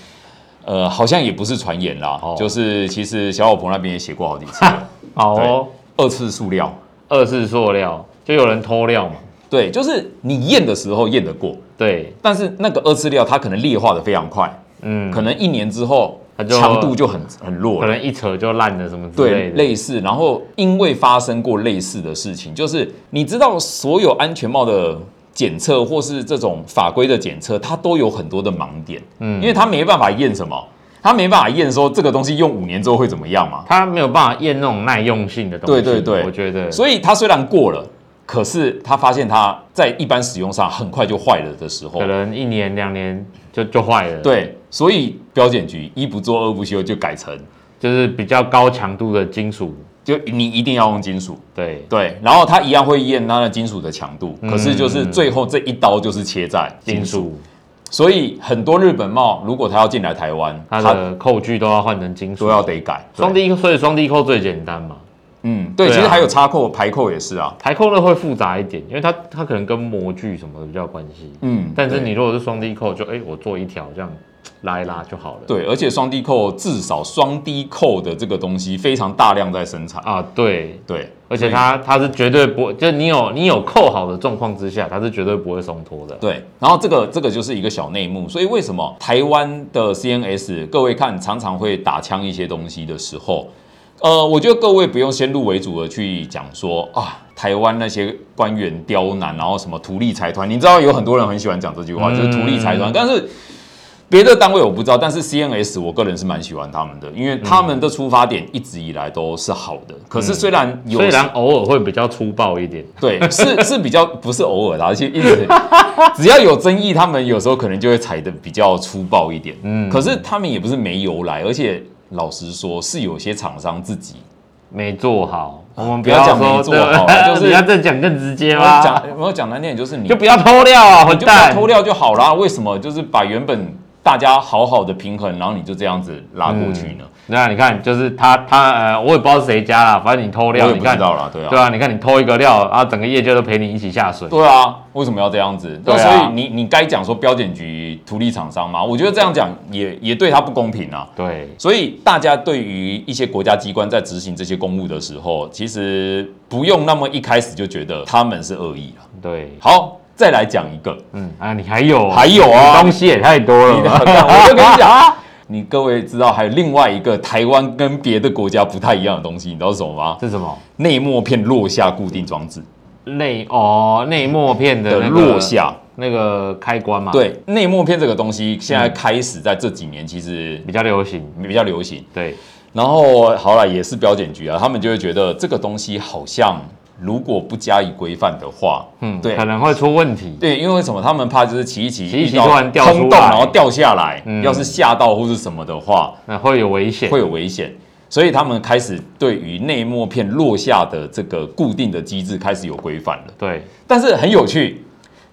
[SPEAKER 1] 呃，好像也不是传言啦，
[SPEAKER 2] 哦
[SPEAKER 1] 就是其实小老婆那边也写过好几次了，
[SPEAKER 2] 哦，
[SPEAKER 1] 二次塑料，
[SPEAKER 2] 二次塑料就有人偷料嘛，
[SPEAKER 1] 对，就是你验的时候验得过，
[SPEAKER 2] 对，
[SPEAKER 1] 但是那个二次料它可能裂化的非常快，
[SPEAKER 2] 嗯，
[SPEAKER 1] 可能一年之后
[SPEAKER 2] 它就
[SPEAKER 1] 强度就很很弱
[SPEAKER 2] 可
[SPEAKER 1] 了，
[SPEAKER 2] 能一扯就烂了什么之
[SPEAKER 1] 对，
[SPEAKER 2] 类的，
[SPEAKER 1] 类似。然后因为发生过类似的事情，就是你知道所有安全帽的。检测或是这种法规的检测，它都有很多的盲点，嗯，因为它没办法验什么，它没办法验说这个东西用五年之后会怎么样嘛，
[SPEAKER 2] 它没有办法验那种耐用性的东西，
[SPEAKER 1] 对对对
[SPEAKER 2] 我觉得，
[SPEAKER 1] 所以它虽然过了，可是他发现它在一般使用上很快就坏了的时候
[SPEAKER 2] 可，能一年两年就就坏了，，
[SPEAKER 1] 对，所以标检局一不做二不休就改成，
[SPEAKER 2] 就是比较高强度的金属，
[SPEAKER 1] 就你一定要用金属，
[SPEAKER 2] 对，
[SPEAKER 1] 对，然后它一样会验它的金属的强度，可是就是最后这一刀就是切在
[SPEAKER 2] 嗯金
[SPEAKER 1] 金属，
[SPEAKER 2] 属。
[SPEAKER 1] 所以很多日本帽如果它要进来台湾，
[SPEAKER 2] 它
[SPEAKER 1] 它
[SPEAKER 2] 的扣具都要换成金属，
[SPEAKER 1] 都要得改，
[SPEAKER 2] 双
[SPEAKER 1] 对
[SPEAKER 2] 低，所以双低扣最简单嘛，
[SPEAKER 1] 嗯，对，
[SPEAKER 2] 对啊
[SPEAKER 1] 其实还有插扣、排扣也是啊。
[SPEAKER 2] 排扣呢会复杂一点，因为它它可能跟模具什么的比较有关系。
[SPEAKER 1] 嗯，
[SPEAKER 2] 但是
[SPEAKER 1] 对
[SPEAKER 2] 你如果是双低扣，就哎、我做一条这样拉一拉就好了。
[SPEAKER 1] 对，而且双低扣至少双低扣的这个东西非常大量在生产。
[SPEAKER 2] 啊，对，
[SPEAKER 1] 对，
[SPEAKER 2] 而且它它是绝对不，就你有你有扣好的状况之下，它是绝对不会松脱的。
[SPEAKER 1] 对，然后这个这个就是一个小内幕，所以为什么台湾的 CNS 各位看常常会打枪一些东西的时候，呃，我觉得各位不用先入为主的去讲说啊，台湾那些官员刁难，然后什么图利财团，你知道有很多人很喜欢讲这句话，
[SPEAKER 2] 嗯
[SPEAKER 1] 就是图利财团，但是。别的单位我不知道，但是 CNS 我个人是蛮喜欢他们的，因为他们的出发点一直以来都是好的。可是虽然有
[SPEAKER 2] 嗯虽然偶尔会比较粗暴一点，
[SPEAKER 1] 对，是是比较不是偶尔啦，而且一直只要有争议，他们有时候可能就会踩的比较粗暴一点。嗯，可是他们也不是没由来，而且老实说，是有些厂商自己
[SPEAKER 2] 没做好，我们
[SPEAKER 1] 啊不要
[SPEAKER 2] 说
[SPEAKER 1] 讲没做好啊
[SPEAKER 2] 对
[SPEAKER 1] 就是
[SPEAKER 2] 你要再讲更直接吗？
[SPEAKER 1] 讲，我讲难听点就是你
[SPEAKER 2] 啊就不要偷料啊，混
[SPEAKER 1] 你就不要
[SPEAKER 2] 蛋！
[SPEAKER 1] 偷料就好啦。为什么就是把原本大家好好的平衡，然后你就这样子拉过去呢？
[SPEAKER 2] 那你看，就是他他呃，我也不知道是谁家啦，反正你偷料，
[SPEAKER 1] 我也
[SPEAKER 2] 你
[SPEAKER 1] 不
[SPEAKER 2] 看
[SPEAKER 1] 知道啦，对啊
[SPEAKER 2] 对。啊，你看你偷一个料啊，整个业界都陪你一起下水。
[SPEAKER 1] 对啊，为什么要这样子？那
[SPEAKER 2] 对
[SPEAKER 1] 所
[SPEAKER 2] 啊
[SPEAKER 1] 以你你该讲说标检局图利厂商吗？我觉得这样讲也也对他不公平啊。
[SPEAKER 2] 对，
[SPEAKER 1] 所以大家对于一些国家机关在执行这些公务的时候，其实不用那么一开始就觉得他们是恶意了。
[SPEAKER 2] 对，
[SPEAKER 1] 好，再来讲一个，
[SPEAKER 2] 嗯啊，你还有
[SPEAKER 1] 还有啊，
[SPEAKER 2] 东西也太多了
[SPEAKER 1] 你的
[SPEAKER 2] 吧，
[SPEAKER 1] 我就跟你讲， 你各位知道还有另外一个台湾跟别的国家不太一样的东西，你知道是什么吗？
[SPEAKER 2] 是什 么
[SPEAKER 1] 内膜片落下固定装置
[SPEAKER 2] 内哦内膜片的
[SPEAKER 1] 的
[SPEAKER 2] 那个
[SPEAKER 1] 落下，
[SPEAKER 2] 那个开关嘛，，
[SPEAKER 1] 对，内膜片这个东西现在开始在这几年其实
[SPEAKER 2] 比较流行，
[SPEAKER 1] 比较流行。
[SPEAKER 2] 对，
[SPEAKER 1] 然后好了，也是标检局啊，他们就会觉得这个东西好像如果不加以规范的话，
[SPEAKER 2] 嗯，
[SPEAKER 1] 对
[SPEAKER 2] 可能会出问题，
[SPEAKER 1] 对，因为什么？他们怕就是骑一骑，
[SPEAKER 2] 骑一骑
[SPEAKER 1] 遇到
[SPEAKER 2] 突然掉出来
[SPEAKER 1] 坑洞，然后掉下来，
[SPEAKER 2] 嗯
[SPEAKER 1] 要是吓到或是什么的话，
[SPEAKER 2] 那会有危险，
[SPEAKER 1] 会有危险。所以他们开始对于内膜片落下的这个固定的机制开始有规范了，
[SPEAKER 2] 对，
[SPEAKER 1] 但是很有趣，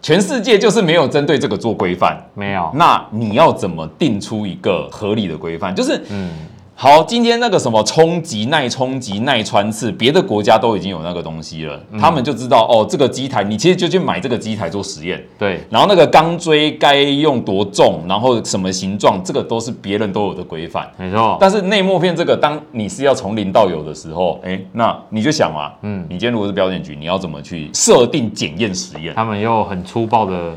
[SPEAKER 1] 全世界就是没有针对这个做规范。
[SPEAKER 2] 没有，
[SPEAKER 1] 那你要怎么定出一个合理的规范？就是
[SPEAKER 2] 嗯，
[SPEAKER 1] 好，今天那个什么冲击、耐冲击、耐穿刺，别的国家都已经有那个东西了，
[SPEAKER 2] 嗯
[SPEAKER 1] 他们就知道哦，这个机台你其实就去买这个机台做实验，
[SPEAKER 2] 对，
[SPEAKER 1] 然后那个钢锥该用多重，然后什么形状，这个都是别人都有的规范。
[SPEAKER 2] 没错，
[SPEAKER 1] 但是内膜片这个，当你是要从零到有的时候，哎、那你就想嘛，嗯，你今天如果是标检局，你要怎么去设定检验实 验？
[SPEAKER 2] 他们又很粗暴的，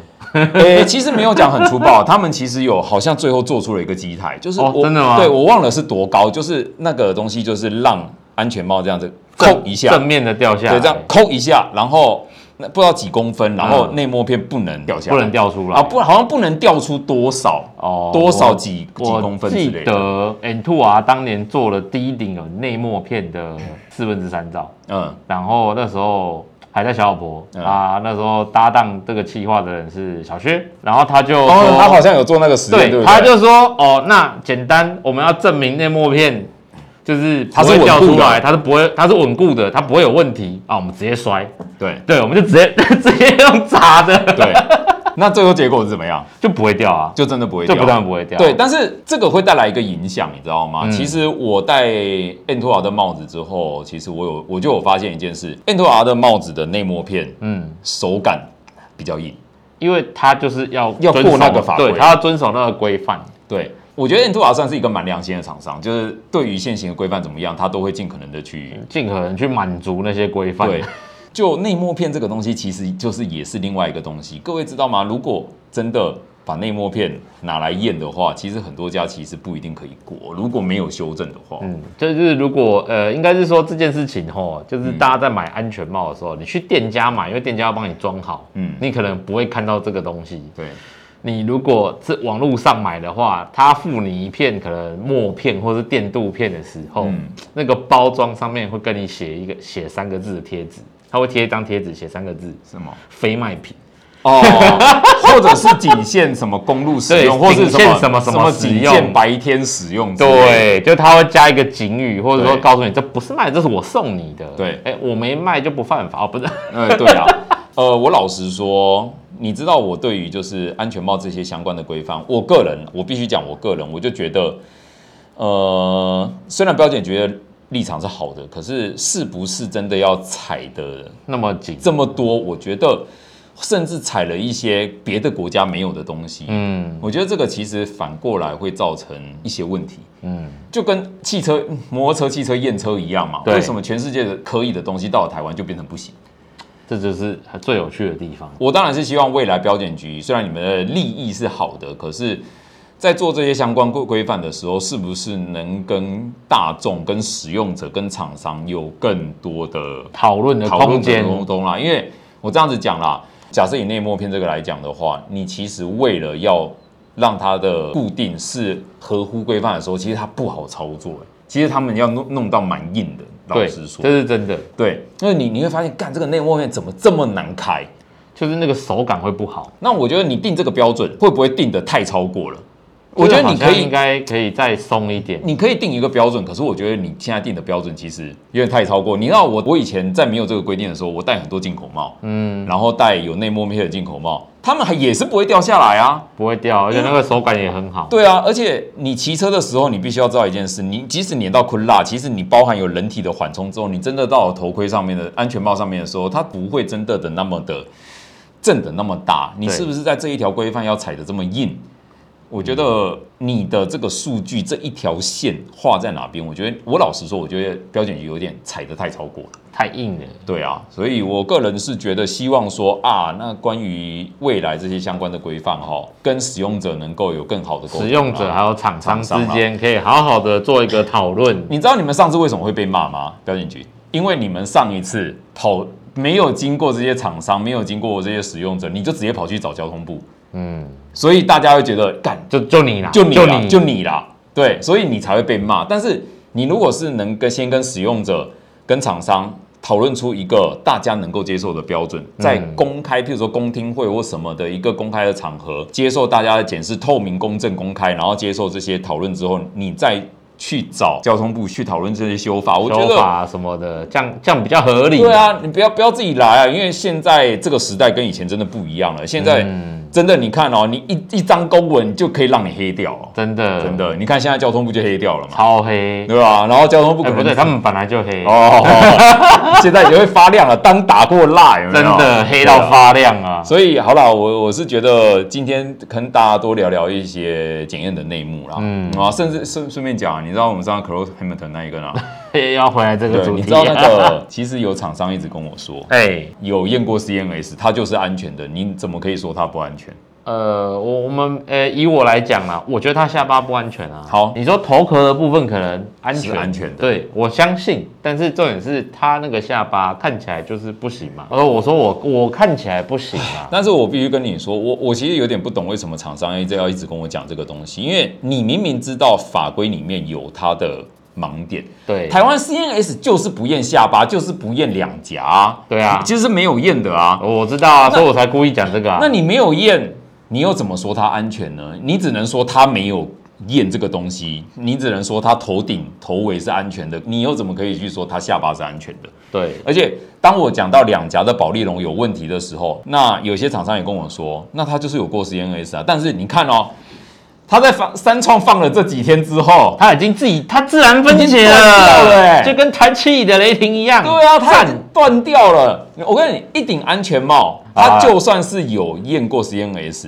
[SPEAKER 1] 诶、其实没有讲很粗暴，他们其实有好像最后做出了一个机台，就是我、
[SPEAKER 2] 哦真的吗
[SPEAKER 1] 对我忘了是多高，就是那个东西就是让安全帽这样子扣
[SPEAKER 2] 正
[SPEAKER 1] 一下，
[SPEAKER 2] 正面的掉下来，
[SPEAKER 1] 对，这样扣一下，然后那不知道几公分，然后内膜片不能掉下来，
[SPEAKER 2] 嗯不能掉出来
[SPEAKER 1] 啊，不好像不能掉出多少
[SPEAKER 2] 哦
[SPEAKER 1] 多少
[SPEAKER 2] 我
[SPEAKER 1] 几几
[SPEAKER 2] 我
[SPEAKER 1] 公分之
[SPEAKER 2] 记
[SPEAKER 1] 类的，
[SPEAKER 2] 得 N Two R 当年做了第一顶有内膜片的四分之三兆，
[SPEAKER 1] 嗯，
[SPEAKER 2] 然后那时候还在小老婆、
[SPEAKER 1] 嗯
[SPEAKER 2] 啊，那时候搭档这个企划的人是小薛，然后他就说、
[SPEAKER 1] 哦，他好像有做那个实验，
[SPEAKER 2] 对
[SPEAKER 1] 对不对？
[SPEAKER 2] 他就说哦，那简单，我们要证明内膜片就是不
[SPEAKER 1] 它是
[SPEAKER 2] 会掉
[SPEAKER 1] 稳固
[SPEAKER 2] 出
[SPEAKER 1] 的
[SPEAKER 2] 来，它是不会，它是稳固的，它不会有问题啊，我们直接摔，
[SPEAKER 1] 对
[SPEAKER 2] 对，我们就直接 直接用砸的，
[SPEAKER 1] 对，那最后结果是怎么样？
[SPEAKER 2] 就不会掉啊，
[SPEAKER 1] 就真的不会
[SPEAKER 2] 就
[SPEAKER 1] 掉，
[SPEAKER 2] 不但不会掉，啊
[SPEAKER 1] 对，但是这个会带来一个影响，你知道吗？
[SPEAKER 2] 嗯
[SPEAKER 1] 其实我戴 N 2 R 的帽子之后，其实我有我就有发现一件事，N 2 R 的帽子的内膜片
[SPEAKER 2] 嗯。
[SPEAKER 1] 手感比较硬。
[SPEAKER 2] 因为他就是要
[SPEAKER 1] 要
[SPEAKER 2] 遵
[SPEAKER 1] 过
[SPEAKER 2] 守
[SPEAKER 1] 那个法规
[SPEAKER 2] 对，他要遵守那个规范。
[SPEAKER 1] 对，我觉得 N 2 R 算是一个蛮良心的厂商，就是对于现行的规范怎么样，他都会尽可能的去
[SPEAKER 2] 尽可能去满足那些规范。
[SPEAKER 1] 对，。 就内膜片这个东西，其实就是也是另外一个东西，各位知道吗？如果真的把内膜片拿来验的话，其实很多家其实不一定可以过，如果没有修正的话。
[SPEAKER 2] 嗯，就是如果呃，应该是说这件事情吼，就是
[SPEAKER 1] 嗯
[SPEAKER 2] 大家在买安全帽的时候，你去店家买，因为店家要帮你装好，
[SPEAKER 1] 嗯
[SPEAKER 2] 嗯，你可能不会看到这个东西。
[SPEAKER 1] 对，
[SPEAKER 2] 你如果是网络上买的话，他付你一片可能墨片或是电镀片的时候，
[SPEAKER 1] 嗯
[SPEAKER 2] 那个包装上面会跟你写一个写三个字的贴纸，他会贴一张贴纸写三个字
[SPEAKER 1] 什么？
[SPEAKER 2] “非卖品”。
[SPEAKER 1] 哦， 或者是仅限什么公路使用，
[SPEAKER 2] 对
[SPEAKER 1] 或是
[SPEAKER 2] 仅限
[SPEAKER 1] 什
[SPEAKER 2] 什
[SPEAKER 1] 么
[SPEAKER 2] 么
[SPEAKER 1] 什
[SPEAKER 2] 什
[SPEAKER 1] 么
[SPEAKER 2] 么
[SPEAKER 1] 仅
[SPEAKER 2] 使用
[SPEAKER 1] 限白天使用之类的。
[SPEAKER 2] 对，就他会加一个警语，或者说
[SPEAKER 1] 对
[SPEAKER 2] 告诉你这不是卖的，这是我送你的。
[SPEAKER 1] 对
[SPEAKER 2] 哎、我没卖就不犯法，哦、不是。
[SPEAKER 1] 呃，对啊，呃，我老实说，你知道我对于就是安全帽这些相关的规范，我个人我必须讲，我个人我就觉得，呃，虽然标检局的立场是好的，可是是不是真的要踩的
[SPEAKER 2] 那么紧，
[SPEAKER 1] 这么多？我觉得甚至踩了一些别的国家没有的东西。
[SPEAKER 2] 嗯
[SPEAKER 1] 我觉得这个其实反过来会造成一些问题，
[SPEAKER 2] 嗯，
[SPEAKER 1] 就跟汽车、摩托车、汽车验车一样嘛。
[SPEAKER 2] 对
[SPEAKER 1] 为什么全世界的可以的东西到了台湾就变成不行？
[SPEAKER 2] 这就是最有趣的地方。
[SPEAKER 1] 我当然是希望未来标检局虽然你们的利益是好的，可是，在做这些相关规规范的时候，是不是能跟大众、跟使用者、跟厂商有更多的
[SPEAKER 2] 讨论的
[SPEAKER 1] 讨论
[SPEAKER 2] 空
[SPEAKER 1] 跟
[SPEAKER 2] 间，
[SPEAKER 1] 沟通啦？因为我这样子讲啦，假设以内膜片这个来讲的话，你其实为了要让它的固定是合乎规范的时候，其实它不好操作、欸其实他们要弄弄到蛮硬的，老
[SPEAKER 2] 对，
[SPEAKER 1] 实说
[SPEAKER 2] 这，是真的，
[SPEAKER 1] 对，因为你你会发现，干这个内膜片怎么这么难开？
[SPEAKER 2] 就是那个手感会不好。
[SPEAKER 1] 那我觉得你定这个标准会不会定的太超过了？我觉
[SPEAKER 2] 这
[SPEAKER 1] 得
[SPEAKER 2] 个
[SPEAKER 1] 你
[SPEAKER 2] 好像
[SPEAKER 1] 可以
[SPEAKER 2] 应，该可以再松一点。
[SPEAKER 1] 你可以定一个标准，可是我觉得你现在定的标准其实有点太超过。你知道我我以前在没有这个规定的时候，我戴很多进口帽，嗯，然后戴有内摸面的进口帽，他们还也是不会掉下来啊。
[SPEAKER 2] 不会掉，而且那个手感也很好。
[SPEAKER 1] 对啊，而且你骑车的时候，你必须要知道一件事，你即使碾到昆辣，其实你包含有人体的缓冲之后，你真的到了头盔上面的安全帽上面的时候，它不会真的的那么的震的那么大。你
[SPEAKER 2] 对
[SPEAKER 1] 是不是在这一条规范要踩的这么硬？我觉得你的这个数据这一条线画在哪边？我觉得我老实说，我觉得标准有点踩得太超过了。
[SPEAKER 2] 太硬了。
[SPEAKER 1] 对啊，所以我个人是觉得希望说啊，那关于未来这些相关的规范哈，跟使用者能够有更好的沟通啊
[SPEAKER 2] 使用者还有厂商
[SPEAKER 1] 厂商
[SPEAKER 2] 之
[SPEAKER 1] 啊
[SPEAKER 2] 间可以好好的做一个讨论，
[SPEAKER 1] 你知道你们上次为什么会被骂吗？标检局，因为你们上一次跑没有经过这些厂商，没有经过这些使用者，你就直接跑去找交通部，
[SPEAKER 2] 嗯，
[SPEAKER 1] 所以大家会觉得干
[SPEAKER 2] 就就你啦，
[SPEAKER 1] 就你
[SPEAKER 2] 就
[SPEAKER 1] 啦，
[SPEAKER 2] 你，
[SPEAKER 1] 就你啦，对，所以你才会被骂。但是你如果是能跟先跟使用者、跟厂商讨论出一个大家能够接受的标准，在公开，譬如说公听会或什么的一个公开的场合，接受大家的检视，透明、公正、公开，然后接受这些讨论之后，你再去找交通部去讨论这些修法，我觉
[SPEAKER 2] 修
[SPEAKER 1] 得
[SPEAKER 2] 法什么的，这样这样比较合理。
[SPEAKER 1] 对，啊，你不要不要自己来啊，因为现在这个时代跟以前真的不一样了。现在真的你看哦，你一一张公文就可以让你黑掉、哦，
[SPEAKER 2] 真的
[SPEAKER 1] 真的。你看现在交通部就黑掉了嘛，
[SPEAKER 2] 超黑。
[SPEAKER 1] 对吧？然后交通部可
[SPEAKER 2] 哎，
[SPEAKER 1] 能
[SPEAKER 2] 不对，他们本来就黑，
[SPEAKER 1] 哦， 现在也会发亮了，单打过蜡有没
[SPEAKER 2] 真
[SPEAKER 1] 有？
[SPEAKER 2] 的黑到
[SPEAKER 1] 对啊。
[SPEAKER 2] 发亮啊。
[SPEAKER 1] 所以好啦，我我是觉得今天跟大家多聊聊一些检验的内幕啦，嗯
[SPEAKER 2] 嗯
[SPEAKER 1] 啊，甚至顺顺便讲啊，你知道我们上次 Close Hamilton 那一 个呢？
[SPEAKER 2] 嘿要回来这个
[SPEAKER 1] 对，
[SPEAKER 2] 主
[SPEAKER 1] 你
[SPEAKER 2] 题
[SPEAKER 1] 知道那个 其实有厂商一直跟我说，
[SPEAKER 2] 哎，
[SPEAKER 1] 有验过 CNS，它就是安全的，你怎么可以说它不安全？
[SPEAKER 2] 呃，我我们呃，以我来讲啦，我觉得他下巴不安全啊。
[SPEAKER 1] 好
[SPEAKER 2] 你说头壳的部分可能安全，
[SPEAKER 1] 是安全的
[SPEAKER 2] 对我相信。但是重点是他那个下巴看起来就是不行嘛。
[SPEAKER 1] 哦
[SPEAKER 2] 而我说我我看起来不行 啊，
[SPEAKER 1] 但是我必须跟你说，我我其实有点不懂为什么厂商一直要一直跟我讲这个东西，因为你明明知道法规里面有它的盲点，
[SPEAKER 2] 对，
[SPEAKER 1] 台湾 CNS 就是不验下巴，就是不验两颊啊，
[SPEAKER 2] 对啊
[SPEAKER 1] 其实是没有验的啊。
[SPEAKER 2] 我知道啊，所以我才故意讲这个啊。
[SPEAKER 1] 那你没有验，你又怎么说它安全呢？你只能说它没有验这个东西，你只能说它头顶头围是安全的，你又怎么可以去说它下巴是安全的？
[SPEAKER 2] 对
[SPEAKER 1] 而且当我讲到两颊的保利龙有问题的时候，那有些厂商也跟我说，那它就是有过 CNS 啊。但是你看哦，它在放三创放了这几天之后，
[SPEAKER 2] 他已经自己他自然分
[SPEAKER 1] 已经
[SPEAKER 2] 解
[SPEAKER 1] 断掉了欸
[SPEAKER 2] 就跟弹气的雷霆一样。
[SPEAKER 1] 对啊，它
[SPEAKER 2] 赞
[SPEAKER 1] 断掉了。我跟你，一顶安全帽，它
[SPEAKER 2] 啊
[SPEAKER 1] 就算是有验过 CNS。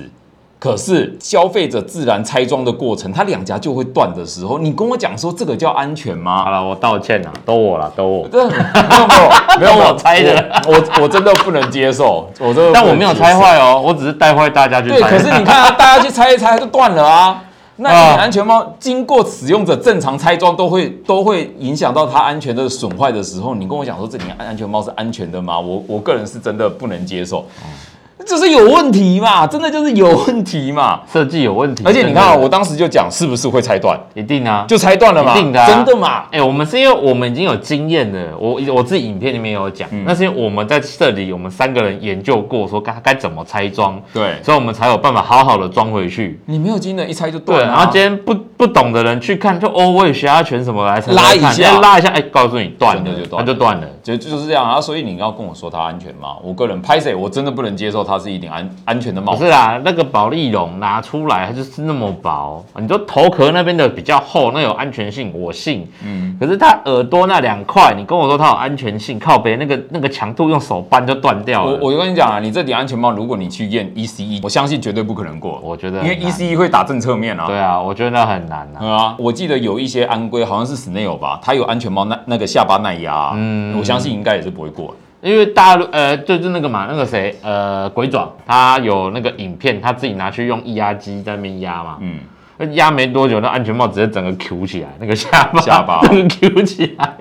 [SPEAKER 1] 可是消费者自然拆装的过程，它两颊就会断的时候，你跟我讲说这个叫安全吗
[SPEAKER 2] 好？了，我道歉了，都我了，都我。
[SPEAKER 1] 这没有没有 没有，
[SPEAKER 2] 我猜的，
[SPEAKER 1] 我我我真的不能接受，我真的不能接受。
[SPEAKER 2] 但我没有拆坏哦，我只是带坏大家去
[SPEAKER 1] 对，
[SPEAKER 2] 拆。
[SPEAKER 1] 可是你看啊，大家去拆一拆就断了啊。那
[SPEAKER 2] 啊
[SPEAKER 1] 你安全帽经过使用者正常拆装都会都会影响到它安全的损坏的时候，你跟我讲说这顶安全帽是安全的吗？我我个人是真的不能接受，就是有问题嘛，真的就是有问题嘛。
[SPEAKER 2] 设计有问题，
[SPEAKER 1] 而且你看啊，
[SPEAKER 2] 真的
[SPEAKER 1] 我当时就讲是不是会拆断，
[SPEAKER 2] 一定啊，
[SPEAKER 1] 就拆断了嘛，
[SPEAKER 2] 一定的啊
[SPEAKER 1] 真的嘛。
[SPEAKER 2] 哎、我们是因为我们已经有经验了，我我自己影片里面有讲，
[SPEAKER 1] 嗯
[SPEAKER 2] 那是因为我们在这里，我们三个人研究过，说该该怎么拆装，
[SPEAKER 1] 对，
[SPEAKER 2] 所以我们才有办法好好的装回去。
[SPEAKER 1] 你没有经验一拆就
[SPEAKER 2] 对，
[SPEAKER 1] 断了
[SPEAKER 2] 然
[SPEAKER 1] 啊、
[SPEAKER 2] 后今天不不懂的人去看，就哦，我有血压拳什么来才
[SPEAKER 1] 拉一
[SPEAKER 2] 看
[SPEAKER 1] 下
[SPEAKER 2] 哎拉一下，哎，告诉你断了，
[SPEAKER 1] 真的就断了
[SPEAKER 2] 它就断了。
[SPEAKER 1] 就就是这样啊，所以你要跟我说它安全吗？我个人拍谁，我真的不能接受它是一顶安安全的帽
[SPEAKER 2] 不
[SPEAKER 1] 子。
[SPEAKER 2] 是啦，那个保利绒拿出来，它就是那么薄。你说头壳那边的比较厚，那有安全性，我信。嗯，可是它耳朵那两块，你跟我说它有安全性，靠北那个那个强度用手扳就断掉了。
[SPEAKER 1] 我我跟你讲啊，你这顶安全帽，如果你去验 E C E，我相信绝对不可能过，
[SPEAKER 2] 我觉得
[SPEAKER 1] 因为
[SPEAKER 2] 很难
[SPEAKER 1] E C E 会打正侧面啊。
[SPEAKER 2] 啊对啊，我觉得那很难啊。
[SPEAKER 1] 嗯啊，我记得有一些安规好像是 Snail 吧，它有安全帽那那个下巴耐压、嗯，我相信应该也是不会过。
[SPEAKER 2] 因为大陆呃，就是那个嘛，那个谁呃，鬼爪他有那个影片，他自己拿去用液压机在那边压嘛，
[SPEAKER 1] 嗯，
[SPEAKER 2] 那压没多久，那安全帽直接整个 Q 起来，那个下巴
[SPEAKER 1] 下巴
[SPEAKER 2] 整个 Q 起来，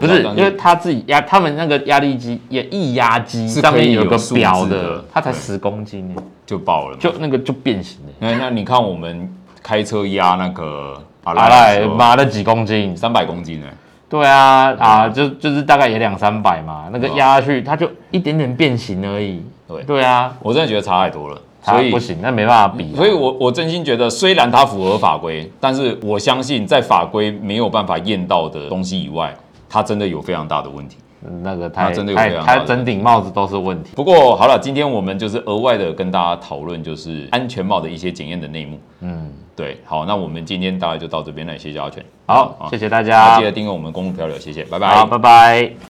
[SPEAKER 2] 不是
[SPEAKER 1] 那
[SPEAKER 2] 因为他自己压，他们那个压力机也液压机
[SPEAKER 1] 是
[SPEAKER 2] 上
[SPEAKER 1] 可
[SPEAKER 2] 面
[SPEAKER 1] 以有
[SPEAKER 2] 有个
[SPEAKER 1] 数字
[SPEAKER 2] 表
[SPEAKER 1] 的
[SPEAKER 2] 它才
[SPEAKER 1] 对
[SPEAKER 2] 十公斤耶，
[SPEAKER 1] 就爆了嘛。
[SPEAKER 2] 就那个就变形了，
[SPEAKER 1] 那那你看我们开车压那个阿
[SPEAKER 2] 阿赖
[SPEAKER 1] 妈
[SPEAKER 2] 哎妈的几公斤，
[SPEAKER 1] 三百公斤呢、
[SPEAKER 2] 对啊啊，就就是大概也两三百嘛，那个
[SPEAKER 1] 对啊
[SPEAKER 2] 压下去它就一点点变形而已，
[SPEAKER 1] 对
[SPEAKER 2] 对啊，
[SPEAKER 1] 我真的觉得差太多了，
[SPEAKER 2] 所
[SPEAKER 1] 所
[SPEAKER 2] 以
[SPEAKER 1] 以
[SPEAKER 2] 不。行，那没办法比啊。
[SPEAKER 1] 所以我，我真心觉得，虽然它符合法规，但是我相信，在法规没有办法验到的东西以外，它真的有非常大的问题。
[SPEAKER 2] 那个太
[SPEAKER 1] 那真的有
[SPEAKER 2] 太
[SPEAKER 1] 非常大
[SPEAKER 2] 他
[SPEAKER 1] 的
[SPEAKER 2] 整顶帽子都是问题。
[SPEAKER 1] 不过好了，今天我们就是额外的跟大家讨论，就是安全帽的一些检验的内幕。
[SPEAKER 2] 嗯，
[SPEAKER 1] 对，好，那我们今天大概就到这边了，谢谢阿全。
[SPEAKER 2] 好，
[SPEAKER 1] 啊
[SPEAKER 2] 谢谢大
[SPEAKER 1] 那
[SPEAKER 2] 家
[SPEAKER 1] 记，得订阅我们公路漂流，谢谢，拜拜。
[SPEAKER 2] 好，拜拜。